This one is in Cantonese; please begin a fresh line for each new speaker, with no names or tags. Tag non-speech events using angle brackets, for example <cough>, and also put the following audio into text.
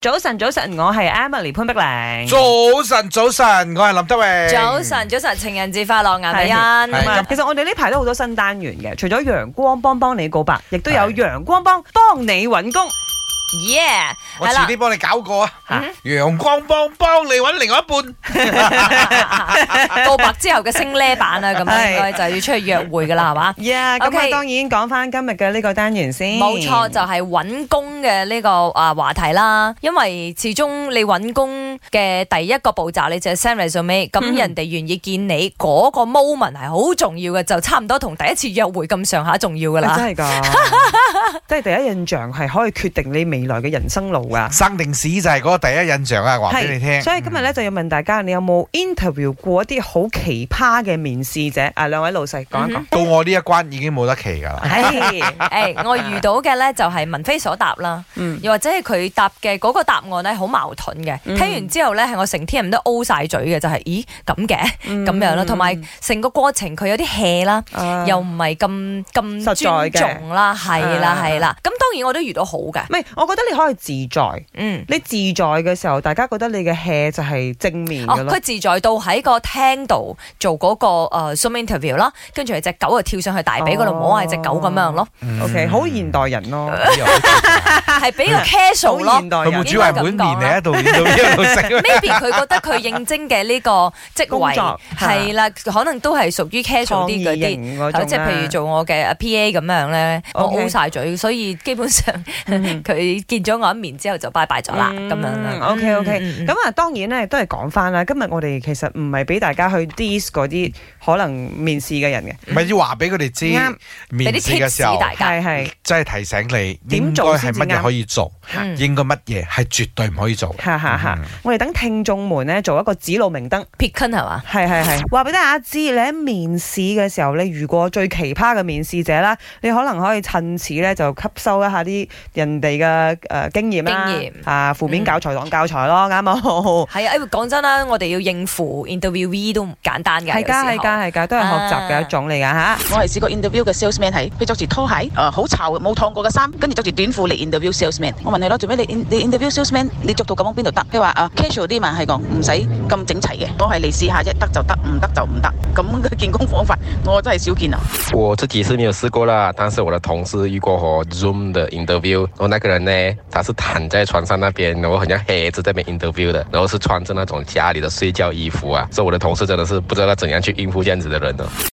早晨，早晨，我係 Emily 潘碧玲。
早晨，早晨，我係林德榮。
早晨，早晨，情人節快樂，顏
係
美欣。
咁啊，其實我哋呢排都好多新單元嘅，除咗陽光幫幫你告白，亦都有陽光幫幫你揾工。
Yeah，
我遲啲幫你搞過
嗯
啊！陽光幫幫你揾另外
<laughs>
一半，
啦，啊告白之後嘅升呢版啊啦，咁
係
應該就要出去約會噶啦，係嘛？
呀，咁啊，
OK
當然講翻今日嘅呢個單元先。啊
冇錯，就係揾工嘅呢個啊話題啦，因為始終你揾工嘅第一個步驟，你就係 send resume，
嗯
咁人哋願意見你嗰個 moment 係好重要嘅，就差唔多同第一次約會咁上下重要噶
啊真
啦。
係
<laughs>
㗎，即係第一印象係可以決定你未來嘅人生路㗎。
生定死就係嗰個第一印象啊！話俾你聽。
所以今日
嗯
咧就要問大家，你有冇 interview 過一啲好奇葩嘅面試者？啊，兩位老細講一講
嗯。
到我呢一關已經冇得期㗎啦。
係，
誒，我遇到嘅咧就係文非所答啦。
嗯，
又或者係佢答嘅嗰個答案咧，好矛盾嘅。
嗯
聽完之後咧，係我成天人都 O 晒嘴嘅，就係、咦咁嘅
咁
<laughs> 咁樣咯。同
嗯
埋成個過程佢有啲 hea 啦，又唔係咁咁
實在嘅
尊重啦，係啦
啊
係啦。咁當然我都遇到好嘅，
唔係，我覺得你可以自在。
嗯。
你自在嘅時候，大家覺得你嘅 hea 就係正面
哦
嘅，咯
佢。自在到喺個廳度做嗰、個誒 Zoom interview 啦，跟住係隻狗就跳上去大髀嗰度
哦
摸下隻狗咁
<laughs>
樣咯，
O
嗯
K，好嗯現代人咯，
哎呀
係比較
嗯好
casual 咯
現。代
佢
人
冇。煮埋碗麵你喺度，演到一路食。
maybe 佢覺得佢應徵嘅呢個職
工
位
作
係啦，可能都係屬於 casual 啲嗰
創意
啲。
型嗰種
係啊即係譬
<laughs>
如做我嘅 PA 咁樣咧，我
OK
O 晒嘴，所以基本上 <laughs>
嗯
佢見咗我一面之後就拜拜咗啦，咁樣啦。
OK OK，
嗯嗯
嗯
嗯
咁啊當然咧都係講翻啦。今日我哋其實唔係俾大家去 diss 嗰啲可能面試嘅人嘅，
唔係要話俾佢哋知
啱，
俾
面
啲
試嘅時
tips
候，
大
係
家，
係
真係提醒你應
點
該
做
係
先至
乜嘢
啱
可以做，
嗯
應該乜嘢係絕對唔可以做嘅。
哈哈哈！我哋等聽眾們咧做一個指路明燈。
撇坑係嘛？
係係係，話俾大家知，你喺面試嘅時候，你遇過最奇葩嘅面試者啦，你可能可以趁此咧就吸收一下啲人哋嘅誒經驗啦，
經驗嗯
啊負面教材當教材咯，啱
<laughs>
冇？
係啊，誒講真啦，我哋要應付 interviewee 都唔簡單嘅，
係㗎
有
係
時候
㗎係㗎，都係學習嘅一種嚟㗎吓。
我係試過 interview 嘅 salesman 係，佢着住拖鞋，誒好潮嘅，冇燙過嘅衫，跟住着住短褲嚟 interview salesman。我問佢咯，做咩你 in- 你 interview salesman 你着到咁樣邊度得？佢話啊 casual 啲嘛，係講唔使咁整齊嘅，我係嚟試下一得就得，唔得就唔得。咁嘅見工方法我真係少見啊！
我自己是没有试过啦，但是我的同事遇过和 Zoom 的 interview，然后那个人呢，他是躺在床上那边，然后好像黑子在那边 interview 的，然后是穿着那种家里的睡觉衣服啊，所以我的同事真的是不知道要怎样去应付这样子的人呢。